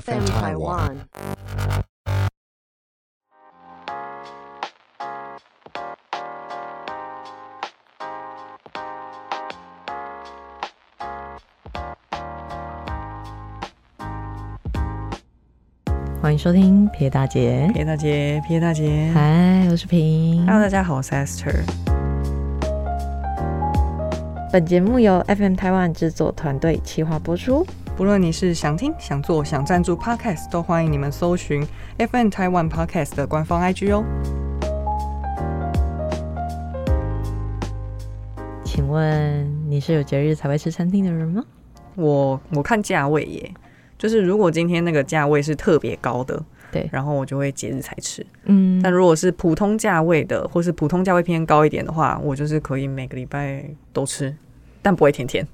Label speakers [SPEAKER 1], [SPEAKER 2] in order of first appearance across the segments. [SPEAKER 1] FM Taiwan.
[SPEAKER 2] 欢迎收听撇大姐。
[SPEAKER 3] 撇大姐，撇大姐
[SPEAKER 2] 嗨，我是平。
[SPEAKER 3] ，Hello，大家好，我是 Esther。
[SPEAKER 2] 本节目由 FM 台湾制作团队企划播出。
[SPEAKER 3] 不论你是想听、想做、想赞助 Podcast，都欢迎你们搜寻 FN 台湾 Podcast 的官方 IG 哦。
[SPEAKER 2] 请问你是有节日才会吃餐厅的人吗？
[SPEAKER 3] 我我看价位耶，就是如果今天那个价位是特别高的，
[SPEAKER 2] 对
[SPEAKER 3] 然后我就会节日才吃。
[SPEAKER 2] 嗯
[SPEAKER 3] 但如果是普通价位的，或是普通价位偏高一点的话，我就是可以每个礼拜都吃，但不会天天。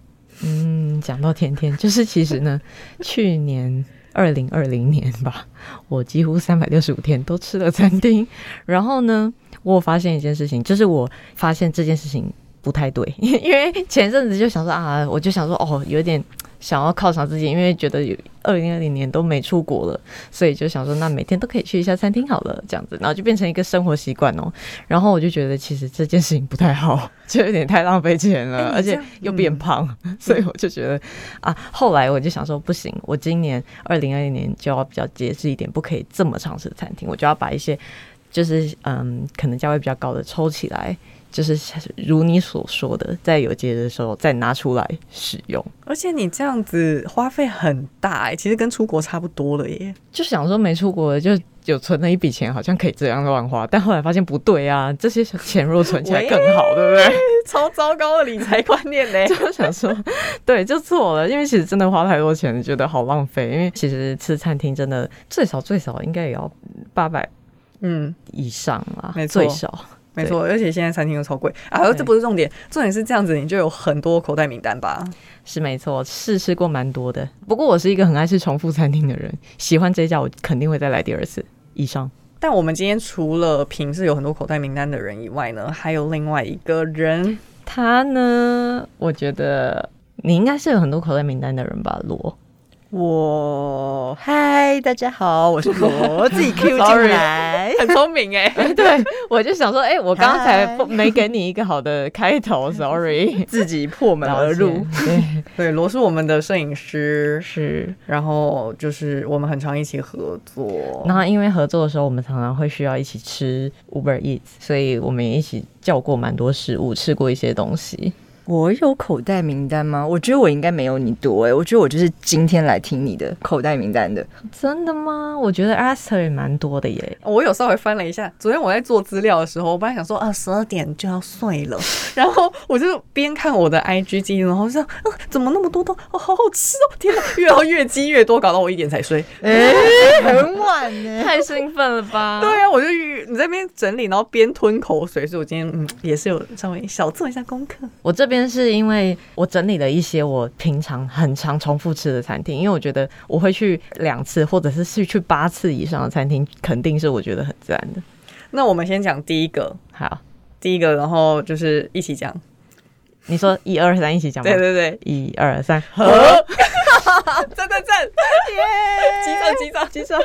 [SPEAKER 2] 嗯，讲到甜甜，就是其实 呢，去年二零二零年吧，我几乎三百六十五天都吃了餐厅。然后呢，我发现一件事情，就是我发现这件事情不太对， 因为前阵子就想说啊，我就想说哦，有点。想要犒赏自己，因为觉得二零二零年都没出国了，所以就想说，那每天都可以去一下餐厅好了，这样子，然后就变成一个生活习惯哦。然后我就觉得，其实这件事情不太好， 就有点太浪费钱了，
[SPEAKER 3] 哎
[SPEAKER 2] 而
[SPEAKER 3] 你
[SPEAKER 2] 且
[SPEAKER 3] 这样
[SPEAKER 2] 又变
[SPEAKER 3] 嗯
[SPEAKER 2] 胖， 所以我就觉得啊，后来我就想说，不行，我今年二零二零年就要比较节制一点，不可以这么常吃餐厅，我就要把一些就是嗯，可能价位比较高的抽起来，就是如你所说的，在有节日的时候再拿出来使用。
[SPEAKER 3] 而且你这样子花费很大哎，其实跟出国差不多了耶。
[SPEAKER 2] 就想说没出国就有存了一笔钱，好像可以这样乱花，但后来发现不对啊，这些钱如果存起来更好，对不对？
[SPEAKER 3] 超糟糕的理财观念呢、
[SPEAKER 2] 就想说，对，就错了，因为其实真的花太多钱，觉得好浪费。因为其实吃餐厅真的最少最少应该也要八百
[SPEAKER 3] 嗯，
[SPEAKER 2] 以上啦，
[SPEAKER 3] 没错
[SPEAKER 2] 最少。
[SPEAKER 3] 没错，而且现在餐厅又超贵啊！
[SPEAKER 2] 对
[SPEAKER 3] 这不是重点，重点是这样子，你就有很多口袋名单吧？
[SPEAKER 2] 是没错，试吃过蛮多的。不过我是一个很爱吃重复餐厅的人，喜欢这一家我肯定会再来第二次以上。
[SPEAKER 3] 但我们今天除了平时有很多口袋名单的人以外呢，还有另外一个人，
[SPEAKER 2] 他呢，我觉得你应该是有很多口袋名单的人吧，罗。
[SPEAKER 3] 我
[SPEAKER 4] 嗨，大家好，我是 罗，自己 Q 进
[SPEAKER 3] Sorry
[SPEAKER 4] 来。
[SPEAKER 3] 很聪明哎、
[SPEAKER 2] 欸对，我就想说，哎、我刚才
[SPEAKER 4] 嗨
[SPEAKER 2] 不没给你一个好的开头，sorry。
[SPEAKER 3] 自己破门而入。，
[SPEAKER 2] 对，
[SPEAKER 3] 对，罗是我们的摄影师，
[SPEAKER 2] 是。
[SPEAKER 3] 然后就是我们很常一起合作。
[SPEAKER 2] 然后因为合作的时候，我们常常会需要一起吃 Uber Eats，所以我们也一起叫过蛮多食物，吃过一些东西。
[SPEAKER 4] 我有口袋名单吗？我觉得我应该没有你多哎、我觉得我就是今天来听你的口袋名单的。
[SPEAKER 2] 真的吗？我觉得 Aster 也蛮多的耶。
[SPEAKER 3] 我有稍微翻了一下，昨天我在做资料的时候，我本来想说啊，十二点就要睡了， 然后我就边看我的 IG 记录，然后就想，嗯、怎么那么多都哦，好好吃哦，天哪，越要越积越多，搞到我一点才睡。
[SPEAKER 4] 哎、很晚呢、
[SPEAKER 2] 太兴奋了吧？
[SPEAKER 3] 对啊，我就越你在那边整理，然后边吞口水，所以我今天嗯也是有稍微小做一下功课。
[SPEAKER 2] 我这边是因为我整理了一些我平常很常重复吃的餐厅，因为我觉得我会去两次或者是去去八次以上的餐厅，肯定是我觉得很赞的。
[SPEAKER 3] 那我们先讲第一个，
[SPEAKER 2] 好，
[SPEAKER 3] 第一个，然后就是一起讲。
[SPEAKER 2] 你说一二三一起讲吗？
[SPEAKER 3] 对对对，
[SPEAKER 2] 一二 三，
[SPEAKER 3] 赞赞赞， 耶！击掌击掌击掌，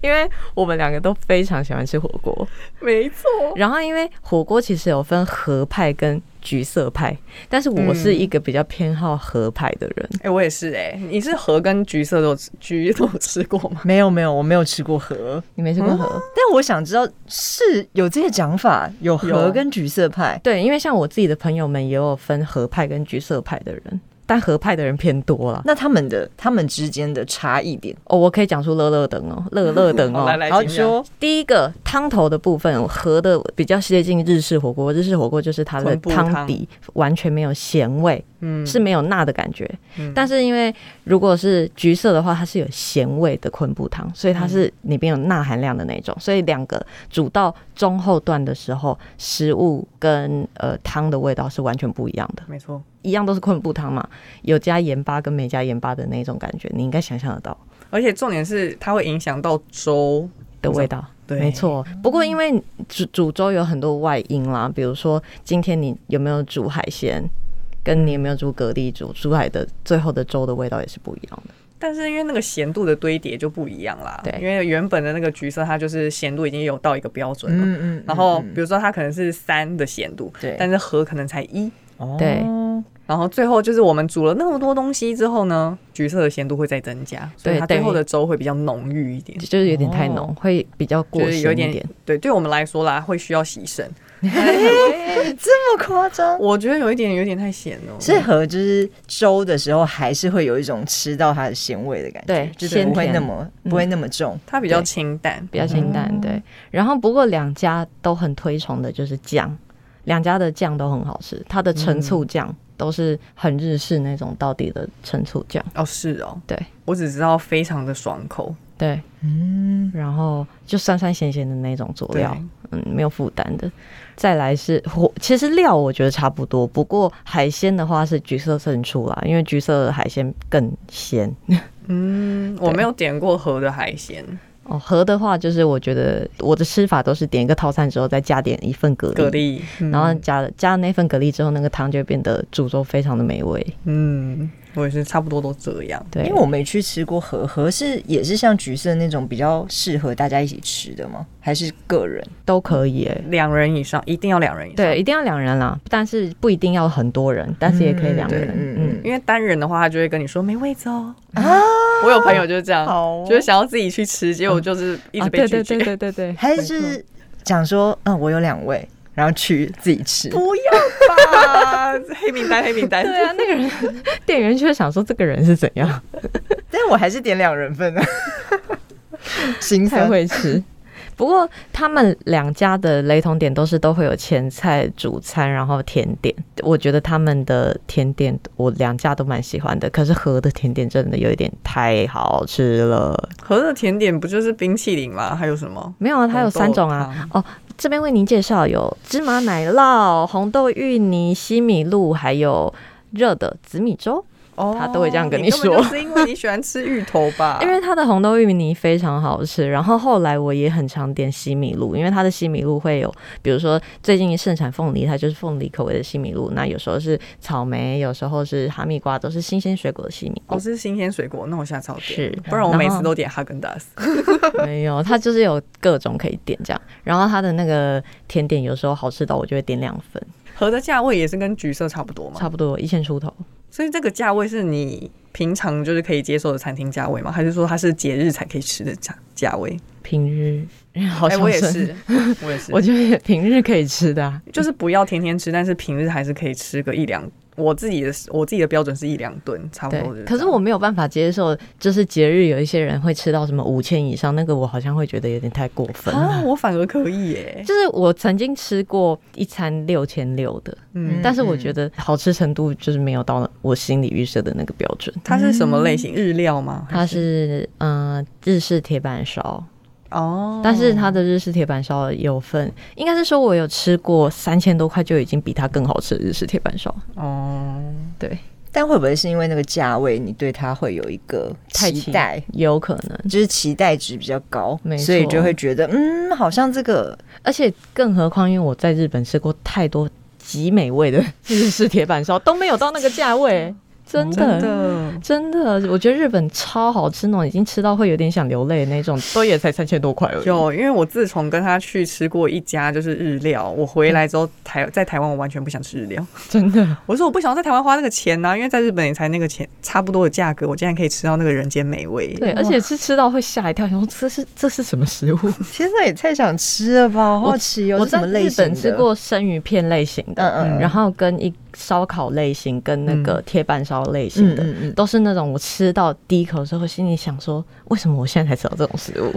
[SPEAKER 2] 因为我们两个都非常喜欢吃火锅，
[SPEAKER 3] 没错。
[SPEAKER 2] 然后因为火锅其实有分河派跟橘色派，但是我是一个比较偏好河派的人，
[SPEAKER 3] 哎、我也是哎、你是河跟橘色都有吃橘都有吃过吗？
[SPEAKER 4] 没有没有，我没有吃过河，
[SPEAKER 2] 你没吃过河？
[SPEAKER 4] 但我想知道是有这些讲法，有河
[SPEAKER 3] 有
[SPEAKER 4] 跟橘色派。
[SPEAKER 2] 对，因为像我自己的朋友们也有分河派跟橘色派的人，但河派的人偏多啦。
[SPEAKER 4] 那他们的他们之间的差异点，
[SPEAKER 2] 哦，我可以讲出乐乐等哦，乐乐等哦
[SPEAKER 3] 好，来来
[SPEAKER 4] 然后
[SPEAKER 3] 请讲
[SPEAKER 4] 说
[SPEAKER 2] 第一个汤头的部分，和的比较接近日式火锅。日式火锅就是它的
[SPEAKER 3] 豚骨汤
[SPEAKER 2] 汤底完全没有咸味，
[SPEAKER 3] 嗯
[SPEAKER 2] 是没有辣的感觉。
[SPEAKER 3] 嗯
[SPEAKER 2] 但是因为如果是橘色的话，它是有咸味的昆布汤，所以
[SPEAKER 3] 嗯
[SPEAKER 2] 它是里边有钠含量的那种。所以两个煮到中后段的时候，食物跟呃汤的味道是完全不一样的。
[SPEAKER 3] 没错。
[SPEAKER 2] 一样都是昆布汤嘛，有加盐巴跟没加盐巴的那种感觉，你应该想象得到
[SPEAKER 3] 而且重点是它会影响到粥
[SPEAKER 2] 的味道。
[SPEAKER 3] 对
[SPEAKER 2] 没。错，不过因为煮煮粥有很多外因啦，比如说今天你有没有煮海鲜，跟你有没有煮蛤蜊煮出来的最后的粥的味道也是不一样的。
[SPEAKER 3] 但是因为那个咸度的堆叠就不一样啦，
[SPEAKER 2] 对
[SPEAKER 3] 因为原本的那个橘色它就是咸度已经有到一个标准了，
[SPEAKER 4] 嗯
[SPEAKER 3] 然后比如说它可能是三的咸度，
[SPEAKER 4] 对
[SPEAKER 3] 但是核可能才一，
[SPEAKER 2] 对
[SPEAKER 4] 哦
[SPEAKER 3] 然后最后就是我们煮了那么多东西之后呢，橘色的咸度会再增加，所以
[SPEAKER 2] 对
[SPEAKER 3] 它最
[SPEAKER 2] 等于
[SPEAKER 3] 后的粥会比较浓郁一点。
[SPEAKER 2] 就是有点太浓，会比较过
[SPEAKER 3] 就是
[SPEAKER 2] 深
[SPEAKER 3] 有
[SPEAKER 2] 一
[SPEAKER 3] 点
[SPEAKER 2] 点。
[SPEAKER 3] 对，对我们来说啦，会需要洗肾。
[SPEAKER 4] 这么夸张。
[SPEAKER 3] 我觉得有一点有点太咸了。
[SPEAKER 4] 所以和就是粥的时候，还是会有一种吃到它的咸味的感觉，
[SPEAKER 2] 对
[SPEAKER 4] 就是不会
[SPEAKER 2] 鲜甜
[SPEAKER 4] 那么、
[SPEAKER 2] 嗯
[SPEAKER 4] 不会那么重。
[SPEAKER 3] 它比较
[SPEAKER 2] 对
[SPEAKER 3] 清淡，
[SPEAKER 2] 比较清淡，对。然后不过两家都很推崇的就是酱，两家的酱都很好吃，它的陈醋酱都是很日式那种到底的陈醋酱，
[SPEAKER 3] 哦，是哦，
[SPEAKER 2] 对
[SPEAKER 3] 我只知道非常的爽口，
[SPEAKER 2] 对。
[SPEAKER 4] 嗯，
[SPEAKER 2] 然后就酸酸咸咸的那种佐料
[SPEAKER 3] 对，
[SPEAKER 2] 嗯，没有负担的。再来是火，其实料我觉得差不多，不过海鲜的话是橘色胜出啦，因为橘色的海鲜更鲜。
[SPEAKER 3] 嗯，我没有点过河的海鲜
[SPEAKER 2] 哦，河的话就是我觉得我的吃法都是点一个套餐之后再加点一份蛤
[SPEAKER 3] 蛤蜊，嗯
[SPEAKER 2] 然后加了加了那份蛤蜊之后，那个汤就会变得煮粥非常的美味。
[SPEAKER 3] 嗯，我也是差不多都这样。
[SPEAKER 2] 对，
[SPEAKER 4] 因为我没去吃过和和是也是像橘色那种比较适合大家一起吃的吗？还是个人？
[SPEAKER 2] 都可以、欸。
[SPEAKER 3] 两人以上一定要两人以上，
[SPEAKER 2] 对，，一定要两人啦，但是不一定要很多人，但是也可以两人。
[SPEAKER 4] 嗯
[SPEAKER 2] 嗯
[SPEAKER 4] 嗯
[SPEAKER 3] 因为单人的话，他就会跟你说没位子哦。
[SPEAKER 2] 啊
[SPEAKER 3] 我有朋友就是这样，
[SPEAKER 4] 好
[SPEAKER 3] 就是想要自己去吃，结果就是一直
[SPEAKER 2] 啊，
[SPEAKER 3] 被
[SPEAKER 2] 对
[SPEAKER 3] 拒
[SPEAKER 2] 对
[SPEAKER 3] 绝。
[SPEAKER 2] 对对对对，
[SPEAKER 4] 还是讲说，嗯，我有两位，然后去自己吃。
[SPEAKER 3] 不要吧，黑名单，黑名单。
[SPEAKER 2] 对啊，那个人店员就会想说这个人是怎样，
[SPEAKER 4] 但我还是点两人份的，啊心
[SPEAKER 2] 太
[SPEAKER 4] 酸。
[SPEAKER 2] 会吃。嗯 不过他们两家的雷同点都是都会有前菜、主餐，然后甜点。我觉得他们的甜点我两家都蛮喜欢的，可是和的甜点真的有一点太好吃了。
[SPEAKER 3] 和的甜点不就是冰淇淋吗？还有什么？
[SPEAKER 2] 没有啊，它有三种啊。哦，这边为您介绍有芝麻奶酪、红豆芋泥、西米露，还有热的紫米粥。
[SPEAKER 3] 哦
[SPEAKER 2] 他都会这样跟
[SPEAKER 3] 你
[SPEAKER 2] 你
[SPEAKER 3] 根本就
[SPEAKER 2] 说？
[SPEAKER 3] 是因为你喜欢吃芋头 吧
[SPEAKER 2] 因为它的红豆芋泥非常好吃，然后后来我也很常点西米露，因为它的西米露会有，比如说最近盛产凤梨，它就是凤梨口味的西米露，那有时候是草莓，有时候是哈密瓜，都是新鲜水果的西米露
[SPEAKER 3] 哦，。是新鲜水果，那我下次要点。
[SPEAKER 2] 是嗯
[SPEAKER 3] 不然我每
[SPEAKER 2] 然
[SPEAKER 3] 次
[SPEAKER 2] 后
[SPEAKER 3] 都点哈根达斯。
[SPEAKER 2] 没有，它就是有各种可以点这样，然后它的那个甜点有时候好吃到我就会点两份，
[SPEAKER 3] 和的价位也是跟橘色差不多嘛，
[SPEAKER 2] 差不多一千出头。
[SPEAKER 3] 所以这个价位是你平常就是可以接受的餐厅价位吗？还是说它是节日才可以吃的价价位？
[SPEAKER 2] 平日好
[SPEAKER 3] 哎、
[SPEAKER 2] 像
[SPEAKER 3] 我也
[SPEAKER 2] 是
[SPEAKER 3] 是，我也 是，
[SPEAKER 2] 我觉得也平日可以吃的、啊，
[SPEAKER 3] 就是不要天天吃，但是平日还是可以吃个一两。我自己的我自己的标准是一两顿，差不
[SPEAKER 2] 对
[SPEAKER 3] 多就这。样。
[SPEAKER 2] 可是我没有办法接受，就是节日有一些人会吃到什么五千以上，那个我好像会觉得有点太过分。
[SPEAKER 3] 啊，我反而可 以耶、
[SPEAKER 2] 就是我曾经吃过一餐六千六的，
[SPEAKER 3] 嗯，
[SPEAKER 2] 但是我觉得好吃程度就是没有到我心里预设的那个标准。
[SPEAKER 3] 它是什么类型？日料吗？
[SPEAKER 2] 嗯它是嗯、呃日式铁板烧，
[SPEAKER 3] 啊哦，
[SPEAKER 2] 但是它的日式铁板烧有分，应该是说我有吃过三千多块就已经比它更好吃的日式铁板烧。
[SPEAKER 3] 哦，
[SPEAKER 2] 对，
[SPEAKER 4] 但会不会是因为那个价位，你对它会有一个
[SPEAKER 2] 太
[SPEAKER 4] 期待？
[SPEAKER 2] 有可能。
[SPEAKER 4] 就是期待值比较高
[SPEAKER 2] 没，错
[SPEAKER 4] 所以就会觉得，嗯，好像这个
[SPEAKER 2] 而且更何况，因为我在日本吃过太多极美味 的日式铁板烧，都没有到那个价位，真的。
[SPEAKER 3] 真的
[SPEAKER 2] 真的，我觉得日本超好吃，那种已经吃到会有点想流泪的那种，都也才三千多块而已。
[SPEAKER 3] 有，因为我自从跟他去吃过一家就是日料，我回来之后台在台湾我完全不想吃日料。
[SPEAKER 2] 真的，
[SPEAKER 3] 我说我不想要在台湾花那个钱呐、因为在日本也才那个钱差不多的价格，我竟然可以吃到那个人间美味。
[SPEAKER 2] 对，而且是吃到会吓一跳，想说这是这是什么食物？
[SPEAKER 4] 天哪，也太想吃了吧！好
[SPEAKER 2] 我
[SPEAKER 4] 好奇哦，
[SPEAKER 2] 我
[SPEAKER 4] 这什
[SPEAKER 2] 在
[SPEAKER 4] 么类
[SPEAKER 2] 日
[SPEAKER 4] 型
[SPEAKER 2] 本
[SPEAKER 4] 的？
[SPEAKER 2] 吃过生鱼片类型的，
[SPEAKER 4] 嗯嗯嗯
[SPEAKER 2] 然后跟一烧烤类型，跟那个铁板烧类型的，
[SPEAKER 4] 嗯嗯嗯
[SPEAKER 2] 都是那种我吃到第一口之后，心里想说，为什么我现在才吃到这种食物？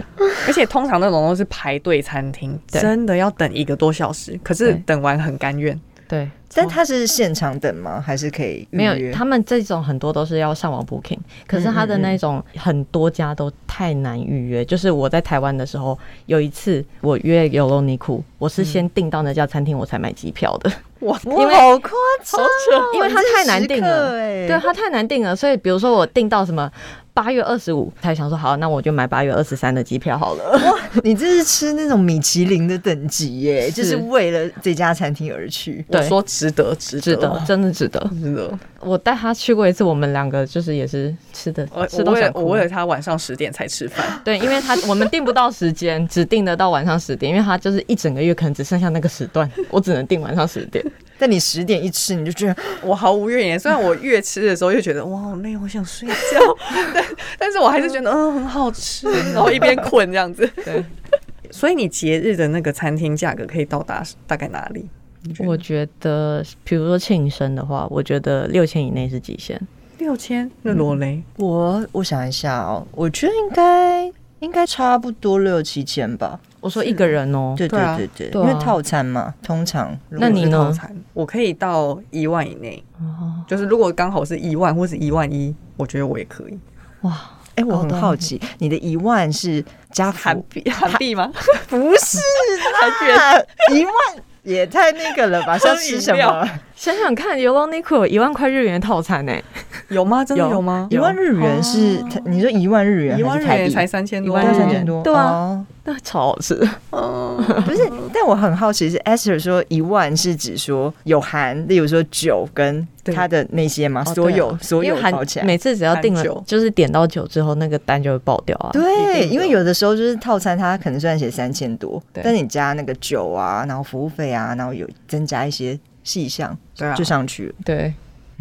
[SPEAKER 3] 而且通常那种都是排队餐厅，
[SPEAKER 2] 对
[SPEAKER 3] 真的要等一个多小时，可是
[SPEAKER 2] 对
[SPEAKER 3] 等完很甘愿。
[SPEAKER 2] 对，
[SPEAKER 4] 但它是现场等吗？还是可以预
[SPEAKER 2] 没有，
[SPEAKER 4] 约嗯
[SPEAKER 2] 他们这种很多都是要上网 booking，可是他的那种很多家都太难预约。就是我在台湾的时候，有一次我约尤罗尼库，我是先订到那家餐厅，我才买机票的，
[SPEAKER 4] 哦
[SPEAKER 3] 哇，
[SPEAKER 4] 哇好夸张哦，
[SPEAKER 2] 因为它太难订了啊
[SPEAKER 4] 哎，
[SPEAKER 2] 对，它太难订了。所以比如说我订到什么。八月二十五才想说好，那我就买八月二十三的机票好了。
[SPEAKER 4] 你这是吃那种米其林的等级耶，就是是为了这家餐厅而去。
[SPEAKER 3] 我
[SPEAKER 2] 对
[SPEAKER 3] 说值得，值
[SPEAKER 2] 值得，
[SPEAKER 3] 得，
[SPEAKER 2] 真的值得。
[SPEAKER 3] 值得。
[SPEAKER 2] 我带他去过一次，我们两个就是也是吃的
[SPEAKER 3] 我
[SPEAKER 2] 吃
[SPEAKER 3] 我
[SPEAKER 2] 到
[SPEAKER 3] 为
[SPEAKER 2] 想
[SPEAKER 3] 了
[SPEAKER 2] 哭
[SPEAKER 3] 我为了他晚上十点才吃饭，
[SPEAKER 2] 对，因为他我们订不到时间，只订得到晚上十点，因为他就是一整个月可能只剩下那个时段，我只能订晚上十点。
[SPEAKER 4] 但你十点一吃，你就觉得
[SPEAKER 3] 我毫无怨言。虽然我越吃的时候越觉得哇好累，我想睡觉， 但但是我还是觉得嗯很好吃，然后一边困这样 子。
[SPEAKER 2] 对，
[SPEAKER 3] 所以你节日的那个餐厅价格可以到达大概哪里？你觉得
[SPEAKER 2] 我觉得，比如说庆生的话，我觉得六千以内是极限。
[SPEAKER 3] 六千，那罗雷
[SPEAKER 4] 我我想一下哦，我觉得应该应该差不多六七千吧。
[SPEAKER 2] 我说一个人哦，
[SPEAKER 4] 对
[SPEAKER 3] 对啊
[SPEAKER 4] 对对
[SPEAKER 2] 对
[SPEAKER 4] 对，
[SPEAKER 2] 啊
[SPEAKER 4] 因为套餐嘛，通常如果
[SPEAKER 2] 那你
[SPEAKER 3] 是
[SPEAKER 2] 呢
[SPEAKER 3] 套餐？我可以到一万以内，
[SPEAKER 2] 哦
[SPEAKER 3] 就是如果刚好是一万或是一万一，我觉得我也可以。
[SPEAKER 2] 哇，
[SPEAKER 4] 哎，我
[SPEAKER 2] 高
[SPEAKER 4] 很
[SPEAKER 2] 端
[SPEAKER 4] 好奇，你的一万是加服
[SPEAKER 3] 韩币，韩币吗？
[SPEAKER 4] 不是啦，一万也太那个了吧？是要吃什
[SPEAKER 3] 饮料
[SPEAKER 4] 么？
[SPEAKER 2] 想想看 y o l o n i q o 一万块日元套餐呢、
[SPEAKER 3] 有吗？真的
[SPEAKER 2] 有
[SPEAKER 3] 有吗？
[SPEAKER 4] 一万日元是？它你说一万日元
[SPEAKER 3] 一万
[SPEAKER 4] 还是
[SPEAKER 3] 日
[SPEAKER 4] 台
[SPEAKER 3] 元
[SPEAKER 4] 币？
[SPEAKER 3] 才三千
[SPEAKER 2] 一
[SPEAKER 3] 多，
[SPEAKER 2] 万
[SPEAKER 4] 对
[SPEAKER 2] 日
[SPEAKER 4] 三
[SPEAKER 2] 元
[SPEAKER 4] 千多，
[SPEAKER 2] 对啊
[SPEAKER 4] 哦
[SPEAKER 2] 那超好吃。
[SPEAKER 3] 嗯
[SPEAKER 4] 不是，但我很好奇是 Esther 说一万是指说有含，例如说酒跟
[SPEAKER 3] 对
[SPEAKER 4] 它的那些吗？
[SPEAKER 2] 哦
[SPEAKER 4] 所有、
[SPEAKER 2] 对啊
[SPEAKER 4] 所
[SPEAKER 2] 因
[SPEAKER 4] 有
[SPEAKER 2] 为
[SPEAKER 4] 包起
[SPEAKER 2] 含
[SPEAKER 4] 来。
[SPEAKER 2] 每次只要
[SPEAKER 3] 含
[SPEAKER 2] 订了
[SPEAKER 3] 酒，
[SPEAKER 2] 就是点到酒之后，那个单就会爆掉啊。
[SPEAKER 3] 一
[SPEAKER 4] 对，
[SPEAKER 3] 定的
[SPEAKER 4] 因为有的时候就是套餐，它可能虽然写三千多，
[SPEAKER 2] 对
[SPEAKER 4] 但你加那个酒啊，然后服务费啊，然后有增加一些细项，
[SPEAKER 3] 对啊
[SPEAKER 4] 就上去了。
[SPEAKER 2] 对，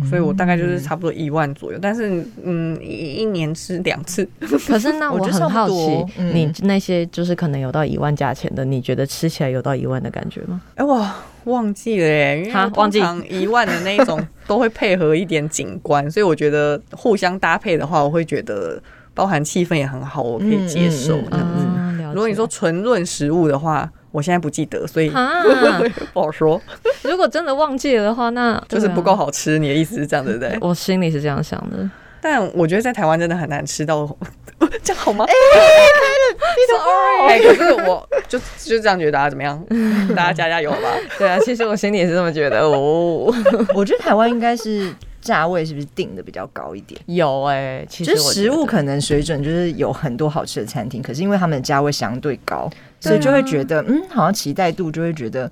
[SPEAKER 3] 所以我大概就是差不多一万左右，但是嗯，一一年吃两次，
[SPEAKER 2] 可是那
[SPEAKER 4] 我
[SPEAKER 2] 我
[SPEAKER 4] 觉得差
[SPEAKER 2] 很
[SPEAKER 4] 不
[SPEAKER 2] 好奇
[SPEAKER 4] 多，嗯
[SPEAKER 2] 你那些就是可能有到一万价钱的，你觉得吃起来有到一万的感觉吗？
[SPEAKER 3] 哎、我忘记了耶，因为
[SPEAKER 2] 哈
[SPEAKER 3] 我通
[SPEAKER 2] 忘记
[SPEAKER 3] 常一万的那一种都会配合一点景观，所以我觉得互相搭配的话，我会觉得包含气氛也很好，我可以接受
[SPEAKER 4] 嗯嗯嗯
[SPEAKER 3] 这样子。
[SPEAKER 2] 啊，了解
[SPEAKER 3] 如果你 说纯论食物的话，我现在不记得，所以
[SPEAKER 2] 啊，
[SPEAKER 3] 不好说，
[SPEAKER 2] 如果真的忘记了的话， 那
[SPEAKER 3] 就是
[SPEAKER 2] 对啊
[SPEAKER 3] 不够好吃。你的意思是这样，对 不对？
[SPEAKER 2] 我心里是这样想的。
[SPEAKER 3] 但我觉得在台湾真的很难吃到， 这样好吗？
[SPEAKER 2] 哦
[SPEAKER 3] 哎、可是我就就这样觉得，大啊家怎 么样？大家加加油好吧！
[SPEAKER 2] 对啊，其实我心里也是这么觉得。哦，
[SPEAKER 4] 我觉得台湾应该是价位是不是定的比较高一点？
[SPEAKER 2] 有哎、其实
[SPEAKER 4] 就
[SPEAKER 2] 我
[SPEAKER 4] 是食物
[SPEAKER 2] 觉得
[SPEAKER 4] 可能水准就是有很多好吃的餐厅，可是因为他们的价位相对啊高，所以就会觉得、嗯，好像期待度就会觉得嘖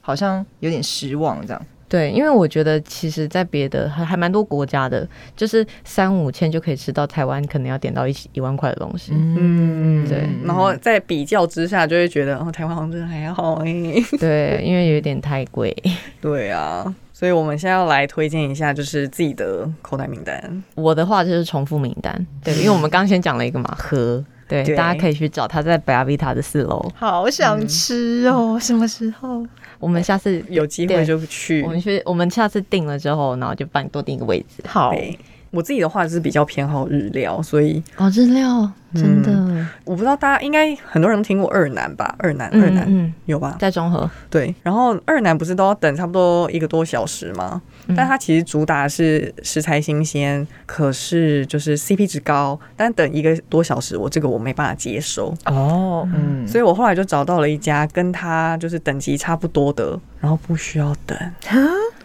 [SPEAKER 4] 好像有点失望这样。
[SPEAKER 2] 对，因为我觉得其实，在别的还还蛮多国家的，就是三五千就可以吃到台湾可能要点到一一万块的东西。
[SPEAKER 4] 嗯，
[SPEAKER 2] 对
[SPEAKER 3] 然后在比较之下，就会觉得哦，台湾好像真的还好哎、
[SPEAKER 2] 对，因为有点太贵。
[SPEAKER 3] 对啊，所以我们现在要来推荐一下，就是自己的口袋名单。
[SPEAKER 2] 我的话就是重复名单，对，因为我们刚先讲了一个嘛，和对，
[SPEAKER 3] 对
[SPEAKER 2] 大家可以去找他在北阿维塔的四楼。
[SPEAKER 4] 好想吃哦，什么时候？
[SPEAKER 2] 我们下次
[SPEAKER 3] 有机会就去
[SPEAKER 2] 我。们去，我们下次定了之后，然后就帮你多订一个位置。
[SPEAKER 4] 好，
[SPEAKER 3] 对，我自己的话是比较偏好日料，所以
[SPEAKER 2] 哦，日料
[SPEAKER 3] 真的
[SPEAKER 2] 嗯
[SPEAKER 3] 我不知道大家应该很多人都听过二南吧？二南，二
[SPEAKER 2] 嗯
[SPEAKER 3] 南、
[SPEAKER 2] 嗯，
[SPEAKER 3] 有吧？
[SPEAKER 2] 在中和，
[SPEAKER 3] 对，然后二南不是都要等差不多一个多小时吗？
[SPEAKER 2] 嗯
[SPEAKER 3] 但它其实主打是食材新鲜，可是就是 CP 值高，但等一个多小时，我这个我没办法接受，
[SPEAKER 4] 哦，嗯，
[SPEAKER 3] 所以我后来就找到了一家跟它就是等级差不多的，然后不需要等，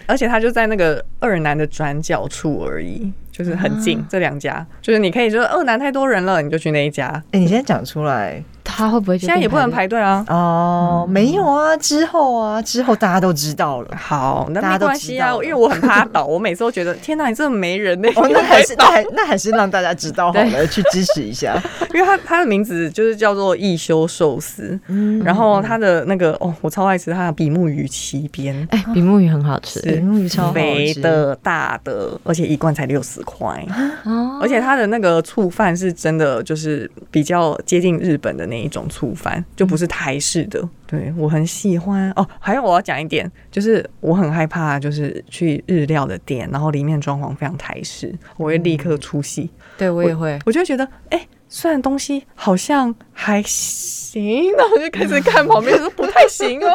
[SPEAKER 3] 而且它就在那个二南的转角处而已，就是很近。
[SPEAKER 2] 啊
[SPEAKER 3] 这两家就是你可以说二南太多人了，你就去那一家，
[SPEAKER 4] 哎，你现在讲出来
[SPEAKER 2] 他会不会就
[SPEAKER 3] 现在也
[SPEAKER 2] 变
[SPEAKER 3] 不能
[SPEAKER 2] 排
[SPEAKER 3] 排队啊。
[SPEAKER 4] 哦，没有啊，之后啊，之后大家都知道了。
[SPEAKER 3] 好，那
[SPEAKER 4] 大
[SPEAKER 3] 没
[SPEAKER 4] 家都
[SPEAKER 3] 关
[SPEAKER 4] 知
[SPEAKER 3] 系啊，
[SPEAKER 4] 道
[SPEAKER 3] 因
[SPEAKER 4] 了
[SPEAKER 3] 为我很怕倒，我每次都觉得天哪，你这没人欸呢、
[SPEAKER 4] 哦，那还是那还那还是让大家知道好了，去支持一下。
[SPEAKER 3] 因为它它的名字就是叫做一休寿司，
[SPEAKER 4] 嗯，
[SPEAKER 3] 然后它的那个哦，我超爱吃它的比目鱼鳍边，
[SPEAKER 2] 哎，比目鱼很好吃，
[SPEAKER 4] 对，木鱼超好
[SPEAKER 3] 肥
[SPEAKER 4] 吃，
[SPEAKER 3] 的大的，而且一罐才六十块，
[SPEAKER 2] 哦
[SPEAKER 3] 而且它的那个醋饭是真的就是比较接近日本的那一种醋饭，就不是台式的。对我很喜欢哦，还有我要讲一点，就是我很害怕就是去日料的店，然后里面装潢非常台式，我会立刻出戏。
[SPEAKER 2] 对我也会，
[SPEAKER 3] 我就会觉得，哎、虽然东西好像还行，然后就开始看旁边说不太行哦，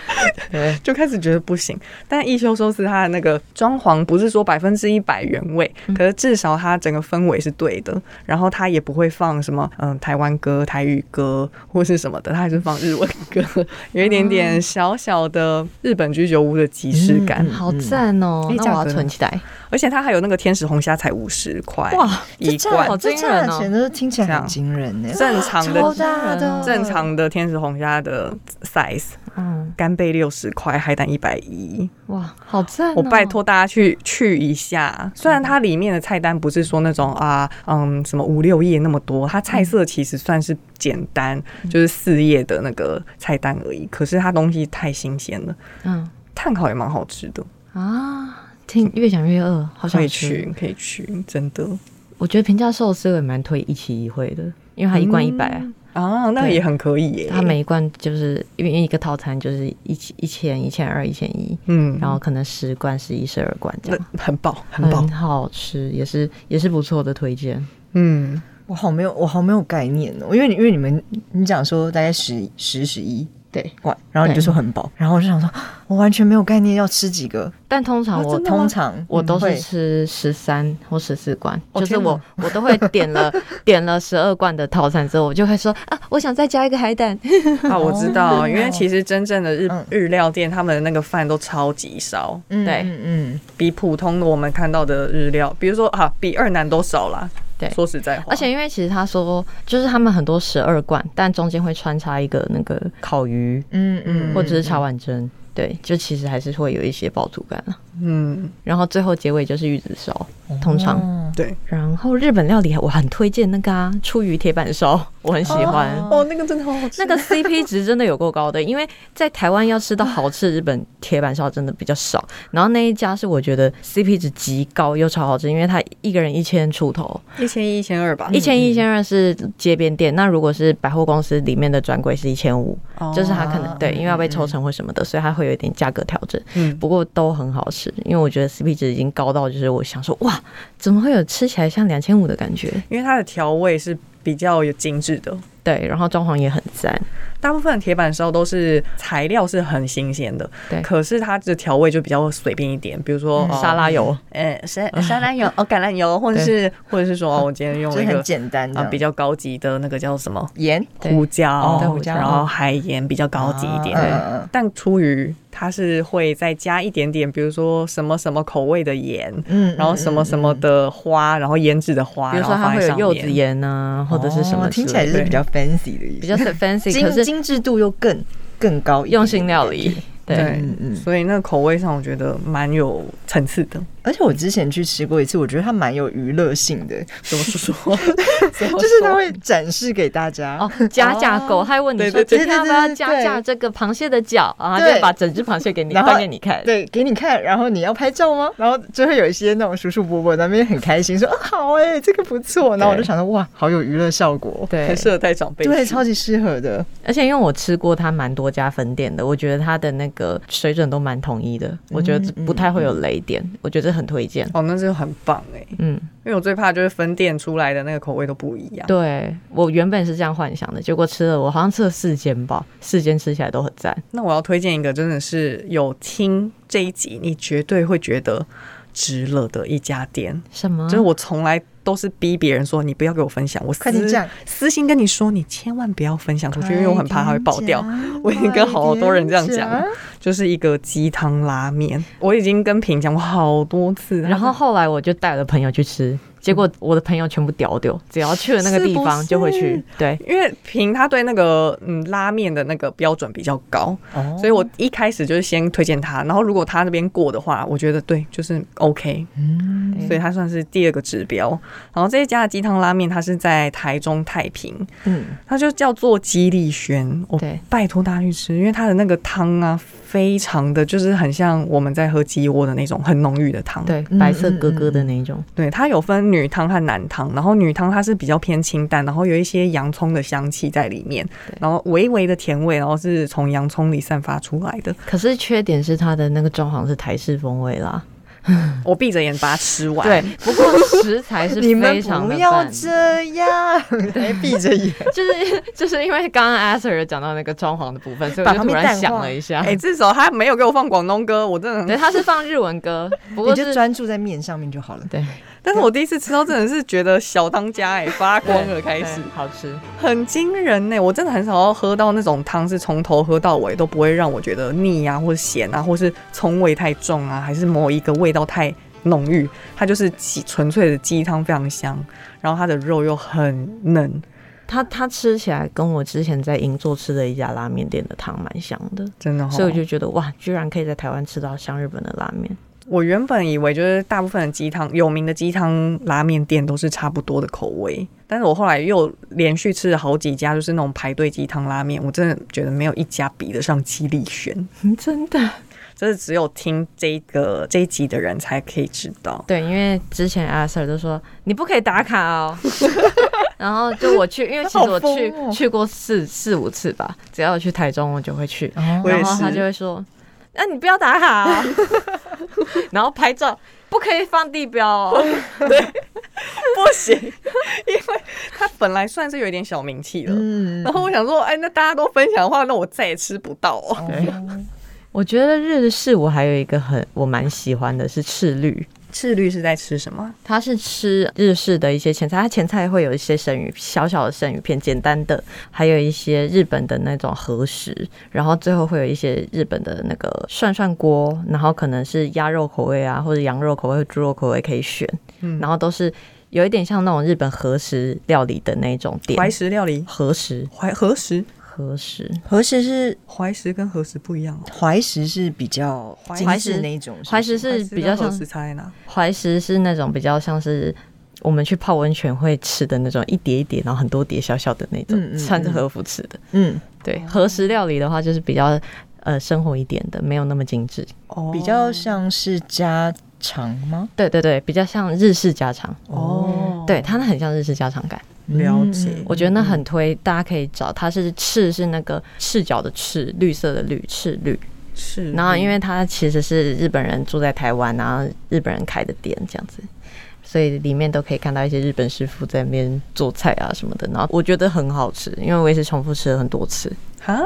[SPEAKER 2] 对，
[SPEAKER 3] 就开始觉得不行。但一休寿司它的那个装潢不是说百分之一百原味，
[SPEAKER 2] 嗯
[SPEAKER 3] 可是至少它整个氛围是对的。然后它也不会放什么嗯台湾歌、台语歌或是什么的，它还是放日文歌，有一点
[SPEAKER 2] 哦
[SPEAKER 3] 点小小的日本居酒屋的即视感。
[SPEAKER 4] 嗯
[SPEAKER 2] 好赞哦、
[SPEAKER 3] 哎
[SPEAKER 2] 那
[SPEAKER 3] 价
[SPEAKER 2] 我要
[SPEAKER 3] 格
[SPEAKER 2] 存起来。
[SPEAKER 3] 而且它还有那个天使红虾才五十块，
[SPEAKER 2] 哇，
[SPEAKER 3] 一
[SPEAKER 4] 这
[SPEAKER 3] 罐
[SPEAKER 2] 好
[SPEAKER 4] 这
[SPEAKER 2] 惊人
[SPEAKER 4] 价
[SPEAKER 2] 哦
[SPEAKER 4] 钱真的听起来
[SPEAKER 3] 这
[SPEAKER 4] 很
[SPEAKER 3] 样
[SPEAKER 4] 惊人欸呢。
[SPEAKER 3] 正常的
[SPEAKER 2] 超大的
[SPEAKER 3] 正常的天使红虾的 size，
[SPEAKER 2] 嗯，
[SPEAKER 3] 干贝六十块，海胆一百一。
[SPEAKER 2] 哇，好赞、哦
[SPEAKER 3] 我拜托大家去去一下，虽然它里面的菜单不是说那种啊，嗯，什么五六页那么多，它菜色其实算是简单，
[SPEAKER 2] 嗯
[SPEAKER 3] 就是四页的那个菜单而已。可是它东西太新鲜了，
[SPEAKER 2] 嗯
[SPEAKER 3] 碳烤也蛮好吃的，
[SPEAKER 2] 啊，听越想越饿，好
[SPEAKER 3] 可
[SPEAKER 2] 想
[SPEAKER 3] 以
[SPEAKER 2] 吃。
[SPEAKER 3] 去，可以去，真的
[SPEAKER 2] 我觉得平价寿司我也蛮推一期一会的，因为它一罐一百啊，
[SPEAKER 3] 啊，那
[SPEAKER 2] 对
[SPEAKER 3] 也很可以耶。
[SPEAKER 2] 它每一罐就是因为一个套餐就是一千一千一千二一千一，
[SPEAKER 3] 嗯，
[SPEAKER 2] 然后可能十罐十一十二罐这
[SPEAKER 3] 那
[SPEAKER 2] 样。
[SPEAKER 3] 很饱，很饱
[SPEAKER 2] 很，好吃，也是也是不错的推荐。
[SPEAKER 3] 嗯，
[SPEAKER 4] 我好没有，我好没有概念哦，因为你因为你们你讲说大概十十十一
[SPEAKER 2] 对，
[SPEAKER 4] 罐，然后你就说很饱，然后我就想说， 我完全没有概念要吃几个，
[SPEAKER 2] 但通常我、
[SPEAKER 4] 我通常
[SPEAKER 2] 我都是
[SPEAKER 4] 会
[SPEAKER 2] 吃十三或十四罐，
[SPEAKER 3] 哦
[SPEAKER 2] 就是
[SPEAKER 3] 天哪
[SPEAKER 2] 我我都会点了点了十二罐的套餐之后，我就会说啊，我想再加一个海胆。
[SPEAKER 3] 啊，我知道，因为
[SPEAKER 4] 哦
[SPEAKER 3] 其实真正的日
[SPEAKER 4] 嗯
[SPEAKER 3] 日料店，他们的那个饭都超级少，
[SPEAKER 4] 嗯
[SPEAKER 2] 对
[SPEAKER 4] 嗯嗯，
[SPEAKER 3] 比普通的我们看到的日料，比如说啊，比二男都少啦。
[SPEAKER 2] 对
[SPEAKER 3] 说实在话，
[SPEAKER 2] 而且因为其实他说，就是他们很多十二罐，但中间会穿插一个那个烤鱼
[SPEAKER 4] 嗯嗯，
[SPEAKER 2] 或者是茶碗蒸，对，就其实还是会有一些饱足感了。
[SPEAKER 3] 嗯，
[SPEAKER 2] 然后最后结尾就是玉子烧，通常。
[SPEAKER 4] 哦
[SPEAKER 3] 对，
[SPEAKER 2] 然后日本料理我很推荐那个啊，出鱼铁板烧，我很喜欢。
[SPEAKER 3] 哦，那个真的好好吃，
[SPEAKER 2] 那个 CP 值真的有够高的，因为在台湾要吃到好吃的日本铁板烧真的比较少。然后那一家是我觉得 CP 值极高又超好吃，因为它一个人一千出头，
[SPEAKER 3] 一千一、一千二吧，
[SPEAKER 2] 一千一、一千二是街边店，那如果是百货公司里面的专柜是一千五，
[SPEAKER 3] 哦
[SPEAKER 2] 就是它可能对，因为要被抽成或什么的，所以它会有一点价格调整。
[SPEAKER 3] 嗯
[SPEAKER 2] 不过都很好吃，因为我觉得 CP 值已经高到就是我想说，哇，怎么会有吃起来像两千五的感觉？
[SPEAKER 3] 因为它的调味是比较有精致的。
[SPEAKER 2] 对，然后装潢也很赞，
[SPEAKER 3] 大部分的铁板烧都是材料是很新鲜的，
[SPEAKER 2] 对
[SPEAKER 3] 可是它的调味就比较随便一点，比如说、哦
[SPEAKER 2] 沙拉，油。
[SPEAKER 3] 呃，沙沙拉油，哦，橄榄油，或者是或者是说，哦，我今天用
[SPEAKER 4] 就
[SPEAKER 3] 了一
[SPEAKER 4] 很
[SPEAKER 3] 个
[SPEAKER 4] 简单啊的
[SPEAKER 3] 啊比较高级的那个叫什么
[SPEAKER 4] 盐，
[SPEAKER 2] 对
[SPEAKER 3] 胡椒，
[SPEAKER 2] 对
[SPEAKER 4] 胡椒
[SPEAKER 3] 然后海盐比较高级一点，
[SPEAKER 4] 啊
[SPEAKER 2] 对
[SPEAKER 4] 嗯嗯
[SPEAKER 3] 但出于它是会再加一点点，比如说什么什么口味的盐，
[SPEAKER 4] 嗯
[SPEAKER 3] 然后什么什么的花，然后腌制的
[SPEAKER 2] 嗯
[SPEAKER 3] 花，
[SPEAKER 2] 比如说
[SPEAKER 3] 然后
[SPEAKER 2] 它
[SPEAKER 3] 放
[SPEAKER 2] 会
[SPEAKER 3] 在
[SPEAKER 2] 有
[SPEAKER 3] 上
[SPEAKER 2] 柚子
[SPEAKER 3] 面。
[SPEAKER 2] 盐啊，或者是什么
[SPEAKER 4] 哦
[SPEAKER 2] 之
[SPEAKER 4] 听
[SPEAKER 2] 类的，
[SPEAKER 4] 起来就是比较 fancy 的意思，
[SPEAKER 2] 比较 fancy，可
[SPEAKER 4] 精
[SPEAKER 2] 是
[SPEAKER 4] 精致度又更更高一点
[SPEAKER 2] 用心料理。对，
[SPEAKER 3] 对
[SPEAKER 4] 嗯嗯
[SPEAKER 3] 所以那个口味上，我觉得蛮有层次的。
[SPEAKER 4] 而且我之前去吃过一次，我觉得它蛮有娱乐性的，
[SPEAKER 3] 怎么说？就
[SPEAKER 4] 就是它会展示给大家。
[SPEAKER 2] 哦，加架构，他还问你
[SPEAKER 4] 对
[SPEAKER 2] 说
[SPEAKER 4] 对对
[SPEAKER 2] 今天要不
[SPEAKER 4] 对对
[SPEAKER 2] 要
[SPEAKER 4] 对
[SPEAKER 2] 加
[SPEAKER 4] 对
[SPEAKER 2] 架这个螃蟹的脚啊，就
[SPEAKER 4] 对
[SPEAKER 2] 把整只螃蟹给你
[SPEAKER 4] 然后
[SPEAKER 2] 端给你看。
[SPEAKER 4] 对，给你看，然后你要拍照吗？然后就会有一些那种叔叔伯伯在那边很开心，说：“啊，好哎、这个不错。”然后我就想说：“哇，好有娱乐效果。 哦
[SPEAKER 2] 对
[SPEAKER 3] 很，适合带长辈”去。
[SPEAKER 4] 对，超级适合的。
[SPEAKER 2] 而且因为我吃过它蛮多家分店的，我觉得它的那个水准都蛮统一
[SPEAKER 4] 嗯
[SPEAKER 2] 的，我觉得不太会有雷点，我觉得很推荐。
[SPEAKER 3] 哦，那就很棒哎！
[SPEAKER 2] 嗯，
[SPEAKER 3] 因为我最怕就是分店出来的那个口味都不一样。
[SPEAKER 2] 对我原本是这样幻想的，结果吃了我好像吃了四间吧，四间吃起来都很赞。
[SPEAKER 3] 那我要推荐一个真的是有听这一集，你绝对会觉得值了的一家店，
[SPEAKER 2] 什
[SPEAKER 4] 啊
[SPEAKER 2] 么？
[SPEAKER 3] 就是我从来都是逼别人说你不要给我分享，我私
[SPEAKER 4] 快点讲
[SPEAKER 3] 私信跟你说，你千万不要分享出去，因为我很怕它会爆掉。我已经跟好多人这样讲
[SPEAKER 4] 快
[SPEAKER 3] 了
[SPEAKER 4] 点，
[SPEAKER 3] 就是一个鸡汤拉面，我已经跟平讲过好多次，
[SPEAKER 2] 然 后后来我就带了朋友去吃，结果我的朋友全部屌丢，只要去了那个地方就会去。
[SPEAKER 3] 是不
[SPEAKER 2] 对，
[SPEAKER 3] 因为平他对那个嗯拉面的那个标准比较高，
[SPEAKER 4] 哦
[SPEAKER 3] 所以我一开始就是先推荐他，然后如果他那边过的话，我觉得对，就是 OK，
[SPEAKER 4] 嗯，
[SPEAKER 3] 所以他算是第二个指标。然后这一家的鸡汤拉面，它是在台中太平，
[SPEAKER 4] 嗯，
[SPEAKER 3] 它就叫做鸡利轩，我
[SPEAKER 2] 对
[SPEAKER 3] 拜托大家去吃，因为它的那个汤啊，非常的就是很像我们在喝鸡窝的那种很浓郁的汤，
[SPEAKER 2] 对，
[SPEAKER 4] 嗯
[SPEAKER 2] 白色哥哥的那一种，
[SPEAKER 3] 对，它有分女汤和男汤，然后女汤它是比较偏清淡，然后有一些洋葱的香气在里面
[SPEAKER 2] 对，
[SPEAKER 3] 然后微微的甜味，然后是从洋葱里散发出来的。
[SPEAKER 2] 可是缺点是它的那个装潢是台式风味啦。
[SPEAKER 3] 我闭着眼把它吃完。
[SPEAKER 2] 对，，不过食材 是
[SPEAKER 4] 你们
[SPEAKER 2] 非常
[SPEAKER 4] 不
[SPEAKER 2] 的
[SPEAKER 4] 要
[SPEAKER 2] 泛
[SPEAKER 4] 这 样，还闭着眼，
[SPEAKER 2] 就是 就是因为刚刚 a s e r 讲到那个装潢的部分，所以
[SPEAKER 4] 把
[SPEAKER 2] 我就
[SPEAKER 4] 它
[SPEAKER 2] 突
[SPEAKER 4] 们
[SPEAKER 2] 然
[SPEAKER 4] 淡
[SPEAKER 2] 想
[SPEAKER 4] 化
[SPEAKER 2] 了一下。
[SPEAKER 3] 哎、至少他没有给我放广东歌，我真的很
[SPEAKER 2] 对，他是放日文歌，不
[SPEAKER 4] 你
[SPEAKER 2] 过
[SPEAKER 4] 就是专注在面上面就好了。
[SPEAKER 2] 对
[SPEAKER 3] 但是我第一次吃到真的是觉得小当家哎、发光了，
[SPEAKER 2] 对
[SPEAKER 3] 开始
[SPEAKER 2] 对好吃。
[SPEAKER 3] 很惊人欸呢、我真的很少要喝到那种汤是从头喝到尾都不会让我觉得腻啊，或者咸啊，或是葱味太重啊，还是某一个味道太浓郁。它就是鸡纯粹的鸡汤，非常香，然后它的肉又很嫩，
[SPEAKER 2] 它它吃起来跟我之前在银座吃的一家拉面店的汤蛮像的，
[SPEAKER 3] 真的、哦。
[SPEAKER 2] 所以我就觉得哇，居然可以在台湾吃到像日本的拉面。
[SPEAKER 3] 我原本以为就是大部分的鸡汤有名的鸡汤拉面店都是差不多的口味，但是我后来又连续吃了好几家，就是那种排队鸡汤拉面，我真的觉得没有一家比得上鸡力轩，
[SPEAKER 2] 嗯，真的。
[SPEAKER 3] 这是只有听这个这一集的人才可以知道。
[SPEAKER 2] 对，因为之前阿 Sir 都说你不可以打卡哦， 然后就我去，因为其实我去、
[SPEAKER 4] 好疯哦
[SPEAKER 2] 去过四四五次吧，只要我去台中我就会去，
[SPEAKER 4] 哦
[SPEAKER 3] 我也
[SPEAKER 2] 然后他
[SPEAKER 3] 是
[SPEAKER 2] 就会说，那、你不要打卡、哦，然后拍照不可以放地标哦，
[SPEAKER 3] 不行， 因为它本来算是有一点小名气了，
[SPEAKER 4] 嗯
[SPEAKER 3] 然，后我想说，哎，那大家都分享的话，那我再也吃不到哦。
[SPEAKER 2] 我觉得日式我还有一个很我蛮喜欢的是赤绿，
[SPEAKER 3] 赤绿是在吃什么？
[SPEAKER 2] 它是吃日式的一些前菜，它前菜会有一些生鱼小小的生鱼片，简单的，还有一些日本的那种和食，然后最后会有一些日本的那个涮涮锅，然后可能是鸭肉口味啊，或者羊肉口味、猪肉口味可以选，
[SPEAKER 3] 嗯
[SPEAKER 2] 然后都是有一点像那种日本和食料理的那种店，
[SPEAKER 3] 怀石料理，
[SPEAKER 2] 和食
[SPEAKER 3] 怀何时？
[SPEAKER 2] 和食。
[SPEAKER 4] 何时是
[SPEAKER 3] 怀石跟何时不一样哦。
[SPEAKER 4] 怀石是比较
[SPEAKER 3] 怀
[SPEAKER 4] 精
[SPEAKER 2] 石
[SPEAKER 4] 致那一种，
[SPEAKER 2] 怀石是
[SPEAKER 3] 怀石
[SPEAKER 2] 比较
[SPEAKER 3] 跟何
[SPEAKER 2] 像
[SPEAKER 3] 时差在哪？
[SPEAKER 2] 怀石是那种比较像是我们去泡温泉会吃的那种一碟一碟，然后很多碟小小的那种，
[SPEAKER 4] 嗯嗯
[SPEAKER 2] 穿着和服吃的。
[SPEAKER 4] 嗯，
[SPEAKER 2] 对，和食料理的话就是比较呃生活一点的，没有那么精致。
[SPEAKER 3] 哦
[SPEAKER 4] 比较像是家常吗？
[SPEAKER 2] 对对对，比较像日式家常。
[SPEAKER 3] 哦，
[SPEAKER 2] 对，它那很像日式家常感，
[SPEAKER 3] 了解
[SPEAKER 2] 嗯我觉得那很推，大家可以找。它是赤是那个赤脚的赤，绿色的绿，赤绿。
[SPEAKER 3] 是。
[SPEAKER 2] 然后因
[SPEAKER 3] 为
[SPEAKER 2] 为它其实是日本人住在台湾，然后日本人开的店这样子，所以里面都可以看到一些日本师傅在那边做菜啊什么的。然后我觉得很好吃，因为我也是重复吃了很多次，
[SPEAKER 3] 啊，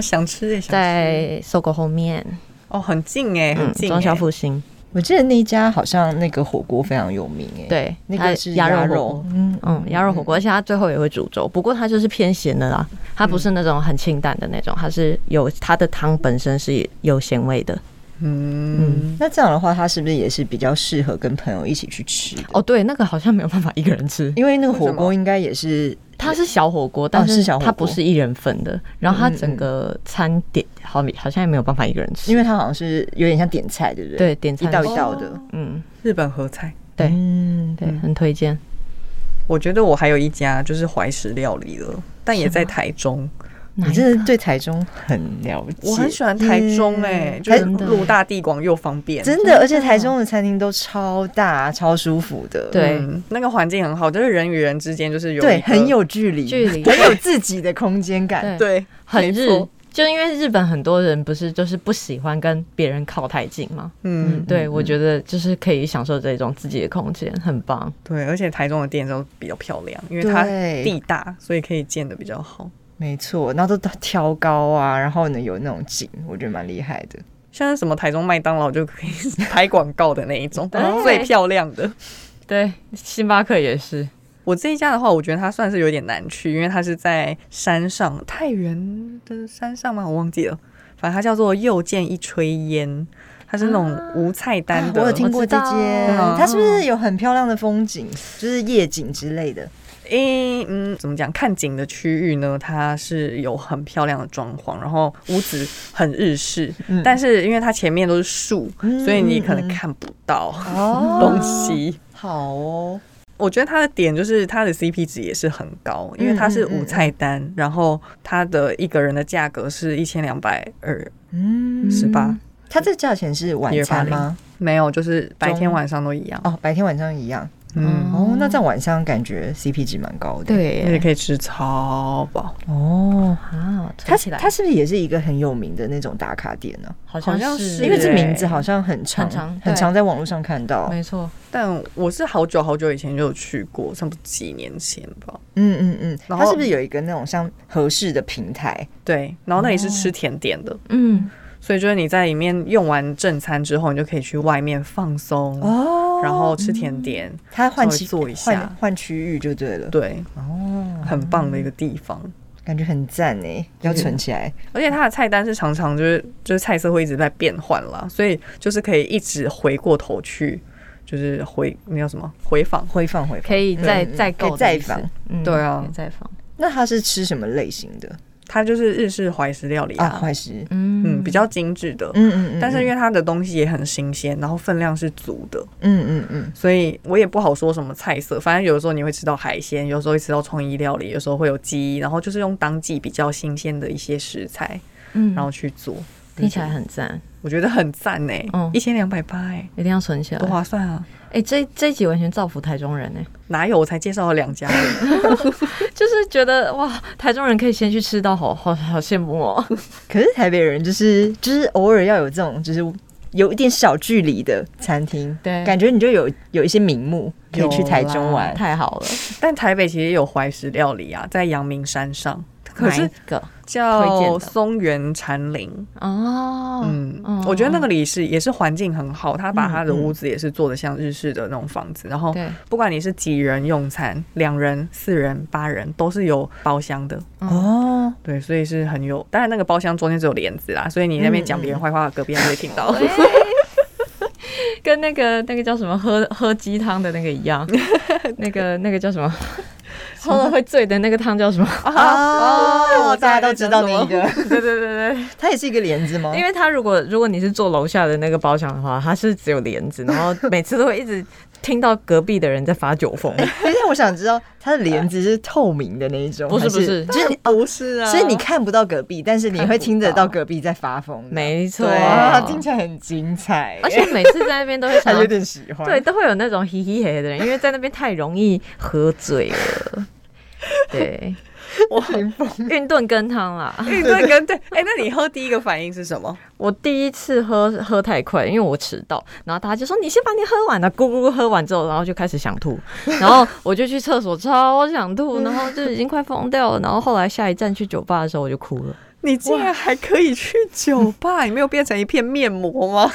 [SPEAKER 3] 想吃也想吃
[SPEAKER 2] 在搜狗后面，
[SPEAKER 3] 哦，很近哎，很
[SPEAKER 2] 嗯，
[SPEAKER 3] 近欸。
[SPEAKER 2] 中小复兴，
[SPEAKER 4] 我记得那一家好像那个火锅非常有名诶，，
[SPEAKER 2] 对，
[SPEAKER 4] 那
[SPEAKER 2] 它
[SPEAKER 4] 个是
[SPEAKER 2] 鸭
[SPEAKER 4] 肉
[SPEAKER 2] 肉火
[SPEAKER 4] 火
[SPEAKER 2] 锅
[SPEAKER 4] 锅，嗯
[SPEAKER 2] 嗯，鸭肉火锅，而且它最后也会煮粥，不过它就是偏咸的啦，它不
[SPEAKER 4] 嗯
[SPEAKER 2] 是那种很清淡的那种，它是有它的汤本身是有咸味的。
[SPEAKER 3] 嗯，
[SPEAKER 4] 那这样的话，它是不是也是比较适合跟朋友一起去吃的？
[SPEAKER 2] 哦，对，那个好像没有办法一个人吃，
[SPEAKER 4] 因为那个
[SPEAKER 3] 为什
[SPEAKER 4] 火
[SPEAKER 3] 么
[SPEAKER 4] 锅应该也是
[SPEAKER 2] 它是小火锅，但
[SPEAKER 4] 是
[SPEAKER 2] 是
[SPEAKER 4] 小火锅嗯
[SPEAKER 2] 它不是一人份的。然后它整个餐点好比好像也没有办法一个人吃，
[SPEAKER 4] 因
[SPEAKER 2] 为
[SPEAKER 4] 为它好像是有点像点菜，对不对？
[SPEAKER 2] 对点
[SPEAKER 4] 一
[SPEAKER 2] 餐
[SPEAKER 4] 道
[SPEAKER 2] 是
[SPEAKER 4] 一道的。
[SPEAKER 2] 嗯，
[SPEAKER 3] 日本合菜。
[SPEAKER 2] 对
[SPEAKER 4] 嗯，
[SPEAKER 2] 对，很推荐。
[SPEAKER 3] 我觉得我还有一家就是怀石料理了，但也在台中。
[SPEAKER 2] 哪
[SPEAKER 4] 你
[SPEAKER 2] 一
[SPEAKER 4] 真
[SPEAKER 2] 个
[SPEAKER 4] 的对台中很了解。嗯
[SPEAKER 3] 我很喜欢台中哎，就是
[SPEAKER 2] 真的
[SPEAKER 3] 路大地广又方便。
[SPEAKER 4] 真的，而且台中的餐厅都超大、超舒服的。
[SPEAKER 2] 对
[SPEAKER 3] 嗯，那个环境很好，就是人与人之间就是有一
[SPEAKER 4] 对，
[SPEAKER 3] 个
[SPEAKER 4] 很有距离，
[SPEAKER 2] 距离
[SPEAKER 4] 很有自己的空间感。
[SPEAKER 2] 对
[SPEAKER 3] 对
[SPEAKER 2] 很
[SPEAKER 3] 没
[SPEAKER 2] 日
[SPEAKER 3] 错，嗯
[SPEAKER 2] 就因为日本很多人不是就是不喜欢跟别人靠太近嘛，
[SPEAKER 3] 嗯
[SPEAKER 2] 对我觉得就是可以享受这种自己的空间，很棒。
[SPEAKER 3] 对，而且台中的店都比较漂亮，因为它
[SPEAKER 4] 对
[SPEAKER 3] 地大，所以可以建的比较好。
[SPEAKER 4] 没错，然后都挑高啊，然后呢有那种景，我觉得蛮厉害的。
[SPEAKER 3] 像是什么台中麦当劳就可以拍广告的那一 种
[SPEAKER 2] 对，
[SPEAKER 3] 最漂亮的。
[SPEAKER 2] 对，星巴克也是，
[SPEAKER 3] 我这一家的话，我觉得它算是有点难去，因为它是在山上，太原的山上吗？我忘记了，反正它叫做又见一炊烟，它是那种无菜单的。
[SPEAKER 4] 啊我有啊听过这间
[SPEAKER 2] 我知道，
[SPEAKER 4] 它是不是有很漂亮的风景，就是夜景之类的？
[SPEAKER 3] 诶、嗯，怎么讲？看景的区域呢，它是有很漂亮的装潢，然后屋子很日式，
[SPEAKER 4] 嗯
[SPEAKER 3] 但是因为它前面都是树，
[SPEAKER 4] 嗯
[SPEAKER 3] 所以你可能
[SPEAKER 4] 嗯嗯
[SPEAKER 3] 看不到
[SPEAKER 4] 哦
[SPEAKER 3] 东西。
[SPEAKER 4] 好哦，
[SPEAKER 3] 我觉得它的点就是它的 CP 值也是很高，因为它是无菜
[SPEAKER 4] 嗯
[SPEAKER 3] 单，然后它的一个人的价格是一千两百二
[SPEAKER 4] 嗯，
[SPEAKER 3] 十八，
[SPEAKER 4] 它这价钱是晚餐吗？
[SPEAKER 3] 没有，就是白天
[SPEAKER 4] 中
[SPEAKER 3] 晚上都一样。
[SPEAKER 4] 哦，白天晚上一样，
[SPEAKER 3] 嗯，
[SPEAKER 4] 哦，那这样晚上感觉 CP 值蛮高的。，
[SPEAKER 2] 对
[SPEAKER 3] 而且
[SPEAKER 2] 耶，
[SPEAKER 3] 可以吃超饱，
[SPEAKER 4] 哦，
[SPEAKER 2] 啊，扯
[SPEAKER 4] 它
[SPEAKER 2] 起来
[SPEAKER 4] 它是不是也是一个很有名的那种打卡点呢、
[SPEAKER 2] 好
[SPEAKER 3] 好
[SPEAKER 2] 像
[SPEAKER 3] 像
[SPEAKER 2] 是
[SPEAKER 3] 是
[SPEAKER 4] 因为这
[SPEAKER 3] 欸
[SPEAKER 4] 名字好像很常
[SPEAKER 2] 很常
[SPEAKER 4] 很
[SPEAKER 2] 对
[SPEAKER 4] 常在网络上看到。
[SPEAKER 2] 没错，
[SPEAKER 3] 但我是好久好久以前就有去过，差不多几年前吧。
[SPEAKER 4] 嗯嗯嗯，
[SPEAKER 3] 然
[SPEAKER 4] 它
[SPEAKER 3] 后
[SPEAKER 4] 是不是有一个那种像合适的平台？
[SPEAKER 3] 对，然后那里是
[SPEAKER 4] 哦
[SPEAKER 3] 吃甜点的，
[SPEAKER 2] 嗯，
[SPEAKER 3] 所以就是你在里面用完正餐之后，你就可以去外面放松，
[SPEAKER 4] 哦
[SPEAKER 3] 然后吃甜点，
[SPEAKER 4] 它换
[SPEAKER 3] 稍微
[SPEAKER 4] 区
[SPEAKER 3] 坐一下
[SPEAKER 4] 换换区域就对了。
[SPEAKER 3] 对，
[SPEAKER 4] 哦，
[SPEAKER 3] 很棒的一个地方。
[SPEAKER 4] 感觉很赞哎，要存起来。
[SPEAKER 3] 而且它的菜单是常常就是就是菜色会一直在变换啦，所以就是可以一直回过头去，就是回那叫什么回访。
[SPEAKER 4] 回放回放
[SPEAKER 2] 可，以再
[SPEAKER 4] 嗯嗯
[SPEAKER 2] 再
[SPEAKER 4] 可以
[SPEAKER 2] 购的
[SPEAKER 4] 再
[SPEAKER 2] 意思
[SPEAKER 4] 访，
[SPEAKER 2] 嗯
[SPEAKER 3] 对啊
[SPEAKER 2] 可以再访，
[SPEAKER 4] 那它是吃什么类型的
[SPEAKER 3] 它就是日式怀石料理
[SPEAKER 4] 啊？
[SPEAKER 3] 啊，
[SPEAKER 4] 怀石，
[SPEAKER 2] 嗯
[SPEAKER 3] 嗯，比较精致的。
[SPEAKER 4] 嗯嗯嗯，
[SPEAKER 3] 但是
[SPEAKER 4] 嗯
[SPEAKER 3] 因为它的东西也很新鲜，然后分量是足的，
[SPEAKER 4] 嗯嗯嗯，
[SPEAKER 3] 所以我也不好说什么菜色。反正有时候你会吃到海鲜，有时候会吃到创意料理，有时候会有鸡，然后就是用当季比较新鲜的一些食材，
[SPEAKER 2] 嗯，
[SPEAKER 3] 然后去做。
[SPEAKER 2] 听起来很赞，
[SPEAKER 3] 我觉得很赞呢、
[SPEAKER 2] 嗯
[SPEAKER 3] 一千两百八哎，
[SPEAKER 2] 一定要存起
[SPEAKER 3] 多
[SPEAKER 2] 来。
[SPEAKER 3] 划算啊！
[SPEAKER 2] 哎，这这一集完全造福台中人哎，
[SPEAKER 3] 哪有我才介绍了两家而 已，
[SPEAKER 2] 就是觉得哇，台中人可以先去吃到，好好好羡慕哦。
[SPEAKER 4] 可是台北人就是就是偶尔要有这种就是有一点小距离的餐厅，
[SPEAKER 2] 对
[SPEAKER 4] 感觉你就有有一些名目可以去台中玩。
[SPEAKER 2] 太好了，
[SPEAKER 3] 但台北其实也有怀石料理啊，在阳明山上，可
[SPEAKER 2] 哪一
[SPEAKER 3] 是
[SPEAKER 2] 个推荐
[SPEAKER 3] 叫
[SPEAKER 2] 的
[SPEAKER 3] 松原禅林。
[SPEAKER 2] 哦，
[SPEAKER 3] 嗯，我觉得那个
[SPEAKER 2] 哦
[SPEAKER 3] 里是也是环境很好，他把他的
[SPEAKER 4] 嗯嗯
[SPEAKER 3] 屋子也是做的像日式的那种房子，然后
[SPEAKER 2] 哦对，
[SPEAKER 3] 不管你是几人用餐，两人、四人、八人，都是有包厢的。
[SPEAKER 4] 哦，
[SPEAKER 3] 对，所以是很有，当然那个包厢中间只有帘子啦，所以你那边讲别人坏话，隔壁还会听到。
[SPEAKER 2] 跟那个那个叫什么喝喝鸡汤的那个一 样，那个那个叫什么， 喝了会醉的那个汤叫 什么？
[SPEAKER 4] 哦，大家都知道那一个，
[SPEAKER 2] 对对对对，
[SPEAKER 4] 它也是一个帘子吗？
[SPEAKER 2] 因为他如果如果你是坐楼下的那个包厢的话，它是只有帘子，然后每次都会一直听到隔壁的人在发酒 疯。
[SPEAKER 4] 但是我想知道它的帘子是透明的那一种，
[SPEAKER 2] 不是
[SPEAKER 4] 还
[SPEAKER 2] 不是
[SPEAKER 4] 就是你
[SPEAKER 3] 不是啊
[SPEAKER 4] 所以你看不到隔壁，但是你会听得
[SPEAKER 2] 看不到
[SPEAKER 4] 到隔壁在发疯。
[SPEAKER 2] 没错
[SPEAKER 4] 对，啊听起来很精彩，
[SPEAKER 2] 而且每次在那边都会
[SPEAKER 4] 还
[SPEAKER 2] 想
[SPEAKER 4] 有
[SPEAKER 2] 到，
[SPEAKER 4] 点喜欢。
[SPEAKER 2] 对，，都会有那种嘻嘻嘿嘿的人，因为在那边太容易喝醉了。 对，
[SPEAKER 4] 我很疯。
[SPEAKER 2] 运动羹汤啦。
[SPEAKER 3] 对对跟对， 哎、那你喝第一个反应是什么？
[SPEAKER 2] 我第一次喝喝太快，因为我迟到，然后大家就说你先把你喝完了，咕咕咕喝完之后，然后就开始想吐，然后我就去厕所超想吐，然后就已经快疯掉了，然后后来下一站去酒吧的时候我就哭了，
[SPEAKER 3] 你竟然还可以去酒吧？你没有变成一片面膜吗？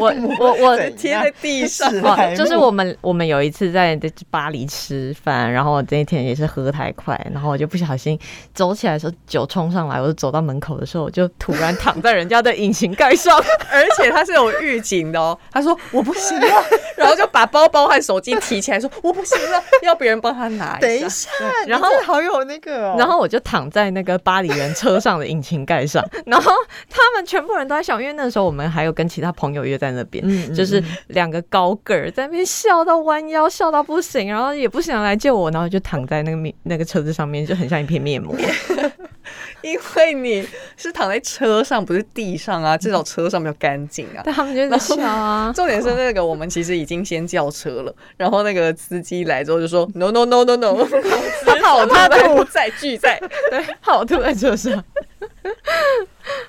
[SPEAKER 2] 我我我。
[SPEAKER 4] 怎
[SPEAKER 3] 贴在地上。
[SPEAKER 2] 哦
[SPEAKER 4] 海，
[SPEAKER 2] 就是
[SPEAKER 4] 陆
[SPEAKER 2] 我们我们有一次在巴黎吃饭，然后我那天也是喝太快，然后我就不小心走起来的时候酒冲上来，我就走到门口的时候，我就突然躺在人家的引擎盖上，
[SPEAKER 3] 而且他是有预警的哦。他说我不行了， 然后就把包包和手机提起来说我不行了，要别人帮他拿
[SPEAKER 4] 等一
[SPEAKER 3] 下。
[SPEAKER 4] 下，
[SPEAKER 2] 然后
[SPEAKER 4] 你真的好有那个哦，
[SPEAKER 2] 然后我就躺在那个巴黎人车上的引擎盖 上，然后他们全部人都在笑，因为那时候我们还有跟其他朋友约在那边，
[SPEAKER 4] 嗯嗯
[SPEAKER 2] 就是两个高个儿在那边笑到弯腰，笑到不行，然后也不想来救我，然后就躺在那个面那个车子上面，就很像一片面膜。
[SPEAKER 3] 因为你是躺在车上，不是地上
[SPEAKER 2] 嗯
[SPEAKER 3] 啊，至少车上比较干净啊。
[SPEAKER 2] 但他们就在笑啊，
[SPEAKER 3] 重点是那个，我们其实已经先叫车了，然后那个司机来之后就说 no no no no no，
[SPEAKER 2] 他怕我吐
[SPEAKER 3] 他
[SPEAKER 2] 在，
[SPEAKER 3] 不在拒在，
[SPEAKER 2] 对，怕我吐在车上。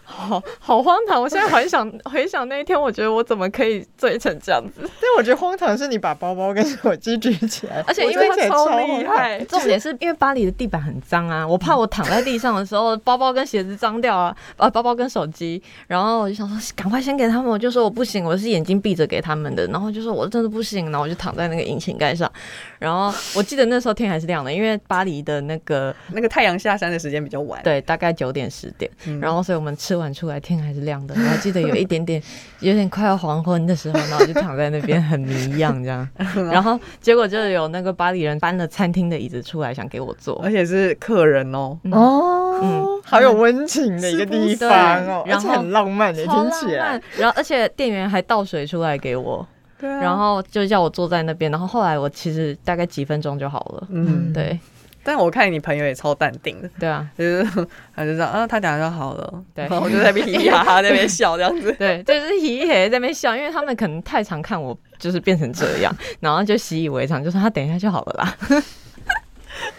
[SPEAKER 2] 好好荒唐！我现在回想回想那一天，我觉得我怎么可以醉成这样子？
[SPEAKER 4] 但我觉得荒唐是你把包包跟手机举起来，
[SPEAKER 2] 而且
[SPEAKER 4] 我
[SPEAKER 2] 因为
[SPEAKER 4] 听起来
[SPEAKER 3] 超
[SPEAKER 4] 超
[SPEAKER 3] 厉
[SPEAKER 4] 荒唐
[SPEAKER 3] 害。
[SPEAKER 2] 重点是因为巴黎的地板很脏啊，我怕我躺在地上的时候，包包跟鞋子脏掉啊， 呃，包包跟手机，然后我就想说赶快先给他们，我就说我不行，我是眼睛闭着给他们的，然后就说我真的不行，然后我就躺在那个引擎盖上，然后我记得那时候天还是亮的，因为巴黎的那个
[SPEAKER 3] 那个太阳下山的时间比较晚，嗯
[SPEAKER 2] 对，大概九点十点，然后所以我们吃完出来天还是亮的，我还记得有一点 点有点快要黄昏的时候，然后我就躺在那边很迷一样这 样，然后结果就有那个巴黎人搬了餐厅的椅子出来想给我坐
[SPEAKER 3] 而。且是客人哦，
[SPEAKER 2] 嗯
[SPEAKER 4] 哦，
[SPEAKER 2] 嗯
[SPEAKER 4] 好有温情的一个地方哦，
[SPEAKER 2] 是不是对
[SPEAKER 4] 而且很浪漫的，
[SPEAKER 2] 超
[SPEAKER 4] 听
[SPEAKER 2] 浪
[SPEAKER 4] 起来
[SPEAKER 2] 漫。嗯嗯然后而且店员还倒水出来给我，
[SPEAKER 3] 对
[SPEAKER 2] 然后就叫我坐在那边。然后后来我其实大概几分钟就好了。
[SPEAKER 3] 嗯，
[SPEAKER 2] 对
[SPEAKER 3] 但我看你朋友也超淡定的，
[SPEAKER 2] 对啊，
[SPEAKER 3] 就是 他就这样，啊，他讲就好了，
[SPEAKER 2] 对
[SPEAKER 3] 然后我就在那边嘻嘻哈哈在那边笑这样子，
[SPEAKER 2] 对，就是嘿嘿在那边笑，因为他们可能太常看我就是变成这样，然后就习以为常，就说他等一下就好了啦。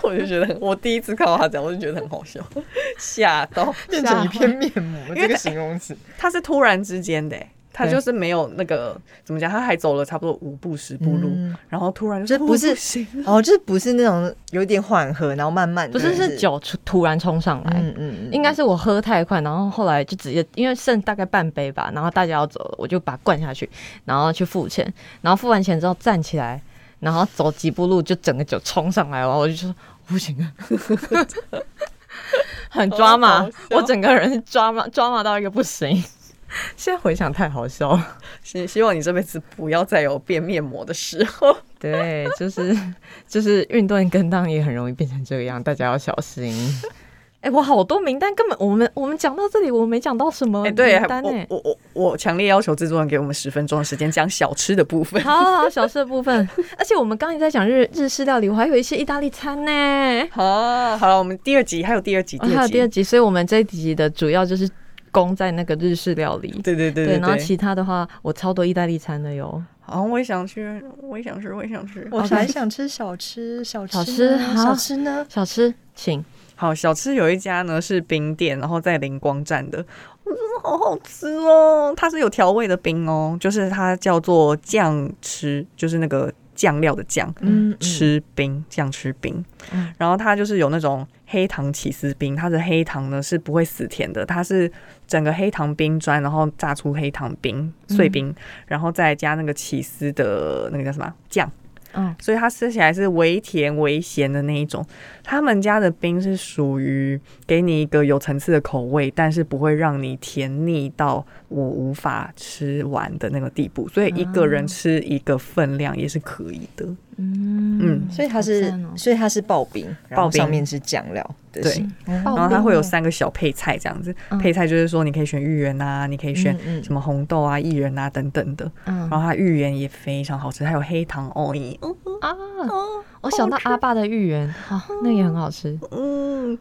[SPEAKER 3] 我就觉得很我第一次看到他讲，我就觉得很好笑，吓到。
[SPEAKER 4] 变成一片面膜
[SPEAKER 3] 因为
[SPEAKER 4] 这个形容词，
[SPEAKER 3] 他是突然之间的欸、他
[SPEAKER 2] 对
[SPEAKER 3] 就是没有那个怎么讲，他还走了差不多五步十步路，
[SPEAKER 4] 嗯
[SPEAKER 3] 然后突然就
[SPEAKER 4] 这
[SPEAKER 3] 说
[SPEAKER 4] 不
[SPEAKER 3] 我
[SPEAKER 4] 是
[SPEAKER 3] 行了
[SPEAKER 4] 哦，就是不是那种有点缓和，然后慢慢
[SPEAKER 2] 不
[SPEAKER 4] 的
[SPEAKER 2] 是是酒突突然冲上来，
[SPEAKER 4] 嗯嗯，嗯
[SPEAKER 2] 应该是我喝太快，然后后来就直接因为剩大概半杯吧，然后大家要走了，我就把它灌下去，然后去付钱，然后付完钱之后站起来，然后走几步路就整个酒冲上来了，然后我就说不行啊， 很抓
[SPEAKER 3] 好
[SPEAKER 2] 马
[SPEAKER 3] 好笑，
[SPEAKER 2] 我整个人抓马抓马到一个不行。 现在回想太好笑了，
[SPEAKER 3] 希希望你这辈子不要再有变面膜的时候。
[SPEAKER 2] 对，就是就是运动跟当也很容易变成这样，大家要小 心。哎、我好多名单根本我们我们讲到这里，我没讲到什么
[SPEAKER 3] 哎、对，
[SPEAKER 2] 名单哎、
[SPEAKER 3] 我我我我强烈要求制作人给我们十分钟的时间讲小吃的部分。
[SPEAKER 2] 好好好，小吃的部分， 而且我们刚才在讲日日式料理，我还有一些意大利餐呢，
[SPEAKER 3] 啊， 好了，我们第二集还有第二集，
[SPEAKER 2] 哦还有第二
[SPEAKER 3] 集，
[SPEAKER 2] 集，所以我们这一集的主要就是攻在那个日式料理。
[SPEAKER 3] 对对对对
[SPEAKER 2] 然后
[SPEAKER 3] 对。
[SPEAKER 2] 其他的话，我超多意大利餐的哟，
[SPEAKER 3] 好，我也想去，我也想吃，我也想吃。
[SPEAKER 4] 我还想吃小吃，小
[SPEAKER 2] 哦小
[SPEAKER 4] 吃呢
[SPEAKER 2] 吃好
[SPEAKER 4] 小吃呢？
[SPEAKER 2] 小吃请。
[SPEAKER 3] 好，小吃有一家呢是冰店，然后在灵光站的，我真的好好吃哦。它是有调味的冰哦，就是它叫做酱吃，就是那个酱料的酱。
[SPEAKER 4] 嗯，
[SPEAKER 3] 吃冰，酱吃冰，
[SPEAKER 2] 嗯
[SPEAKER 3] 然后它就是有那种黑糖起司冰，它的黑糖呢是不会死甜的，它是整个黑糖冰砖，然后榨出黑糖冰碎冰，然后再加那个起司的那个叫什么酱，
[SPEAKER 2] 嗯，
[SPEAKER 3] 所以它吃起来是微甜微咸的那一种。他们家的冰是属于给你一个有层次的口味，但是不会让你甜腻到我无法吃完的那个地步，所以一个人吃一个分量也是可以的。
[SPEAKER 2] 嗯
[SPEAKER 3] 嗯
[SPEAKER 4] 所以它是
[SPEAKER 2] 好赞哦，
[SPEAKER 4] 所以它是刨冰，然
[SPEAKER 3] 刨
[SPEAKER 4] 后
[SPEAKER 3] 冰
[SPEAKER 4] 上面是酱料的
[SPEAKER 3] 对
[SPEAKER 4] 形，
[SPEAKER 3] 然后它会有
[SPEAKER 2] 三
[SPEAKER 3] 三个小配菜这样子，
[SPEAKER 2] 嗯
[SPEAKER 3] 配菜就是说你可以选芋圆啊，你可以选
[SPEAKER 4] 嗯嗯
[SPEAKER 3] 什么红豆啊、薏仁啊等等的。
[SPEAKER 2] 嗯
[SPEAKER 3] 然后它芋圆也非常好吃，还有黑糖藕泥，嗯
[SPEAKER 2] 啊，我想到阿爸的芋圆，好，那也很好吃。
[SPEAKER 3] 嗯。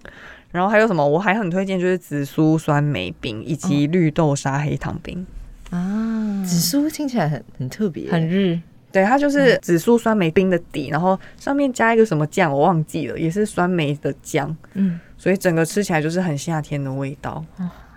[SPEAKER 3] 然后还有什么？我还很推荐就是紫苏酸梅冰以及绿豆沙黑糖冰。
[SPEAKER 2] 啊，
[SPEAKER 4] 紫苏听起来很很特别，
[SPEAKER 2] 很日，
[SPEAKER 3] 对，它就是紫苏酸梅冰的底，然后上面加一个什么酱，我忘记了，也是酸梅的酱，
[SPEAKER 2] 嗯，
[SPEAKER 3] 所以整个吃起来就是很夏天的味道，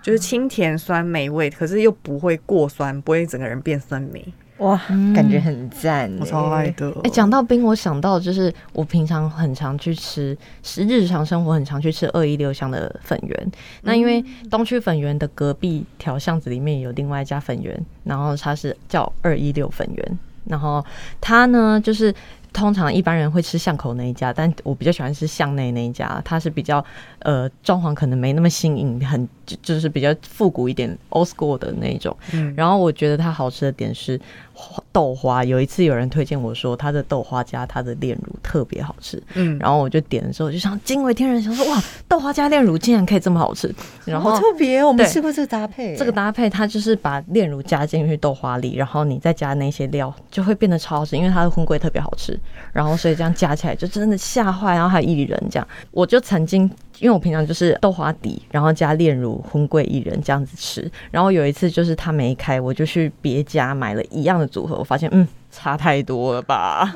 [SPEAKER 3] 就是清甜酸梅味，可是又不会过酸，不会整个人变酸梅。
[SPEAKER 4] 哇
[SPEAKER 2] 嗯，
[SPEAKER 4] 感觉很赞，欸
[SPEAKER 3] 我超爱。的。
[SPEAKER 2] 哎、讲到冰，我想到就是我平常很常去吃，是日常生活很常去吃二一六巷的粉圆。那因为东区粉圆的隔壁条巷子里面有另外一家粉圆，然后它是叫二一六粉圆，然后它呢就是。通常一般人会吃巷口那一家，但我比较喜欢吃巷内那一家，它是比较呃装潢可能没那么新颖，很就就是比较复古一点 old school 的那一种。
[SPEAKER 3] 嗯
[SPEAKER 2] 然后我觉得它好吃的点是花豆花。有一次有人推荐我说它的豆花加它的炼乳特别好吃，
[SPEAKER 3] 嗯
[SPEAKER 2] 然后我就点的时候我就想惊为天人，想说哇，豆花加炼乳竟然可以这么好吃。然后
[SPEAKER 4] 好特别哦，我没
[SPEAKER 2] 对
[SPEAKER 4] 吃过这个搭配。
[SPEAKER 2] 这个搭配它就是把炼乳加进去豆花里，然后你再加那些料，就会变得超好吃，因为它的荤桂特别好吃。然后所以这样加起来就真的吓坏，然后还有薏仁这样。我就曾经。因为我平常就是豆花底，然后加炼乳、荤桂、薏仁这样子吃。然后有一次就是他没开，我就去别家买了一样的组合，我发现嗯差太多了吧。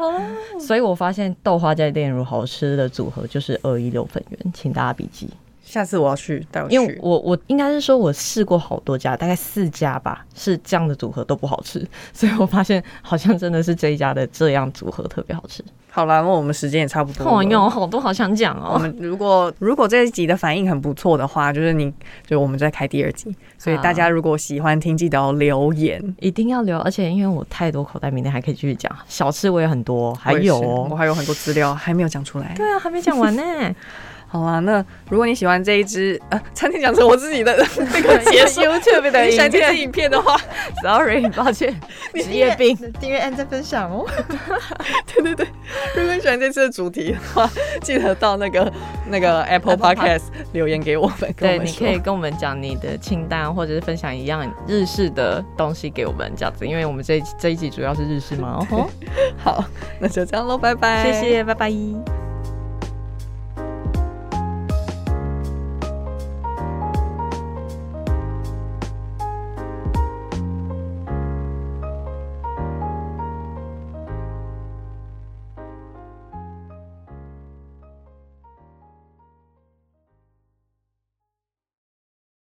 [SPEAKER 2] 所以我发现豆花加炼乳好吃的组合就是二一六粉圆，请大家笔记。
[SPEAKER 3] 下次我要去带我去，
[SPEAKER 2] 因为我我应该是说，我试过好多家，大概四家吧，是这样的组合都不好吃，所以我发现好像真的是这一家的这样组合特别好吃。
[SPEAKER 3] 好啦，那我们时间也差不多了。
[SPEAKER 2] 哦哟，好多好想讲
[SPEAKER 3] 我
[SPEAKER 2] 哦。
[SPEAKER 3] 们 如果如果这一集的反应很不错的话，就是你就我们再开第二集。所以
[SPEAKER 2] 好
[SPEAKER 3] 大家如果喜欢听，记得要留言。
[SPEAKER 2] 一定要留，而且因为我太多口袋名单，还可以继续讲。小吃我也很多，还
[SPEAKER 3] 我也是
[SPEAKER 2] 有
[SPEAKER 3] 我
[SPEAKER 2] 哦，
[SPEAKER 3] 还有很多资料还没有讲出 来。
[SPEAKER 2] 对啊，还没讲完 呢。
[SPEAKER 3] 好啦，那如果你喜欢这一支呃，差点讲成我自己 的 那个结束
[SPEAKER 2] YouTube
[SPEAKER 3] 你喜欢这支
[SPEAKER 2] 片
[SPEAKER 3] 影片的 话，
[SPEAKER 2] ，Sorry，抱 歉，职业病。
[SPEAKER 4] 订阅、按赞、分享哦。
[SPEAKER 3] 对对对，如果你喜欢这次的主题的话，记得到那个那个 Apple
[SPEAKER 2] Apple
[SPEAKER 3] Podcast 留言给我们，跟我
[SPEAKER 2] 对，
[SPEAKER 3] 们
[SPEAKER 2] 你
[SPEAKER 3] 说
[SPEAKER 2] 可以跟我们讲你的清单，或者是分享一样日式的东西给我们，这样子，因为我们这一这一集主要是日式嘛。哦吼，
[SPEAKER 3] 好，那就这样喽，拜拜，
[SPEAKER 2] 谢谢，拜拜。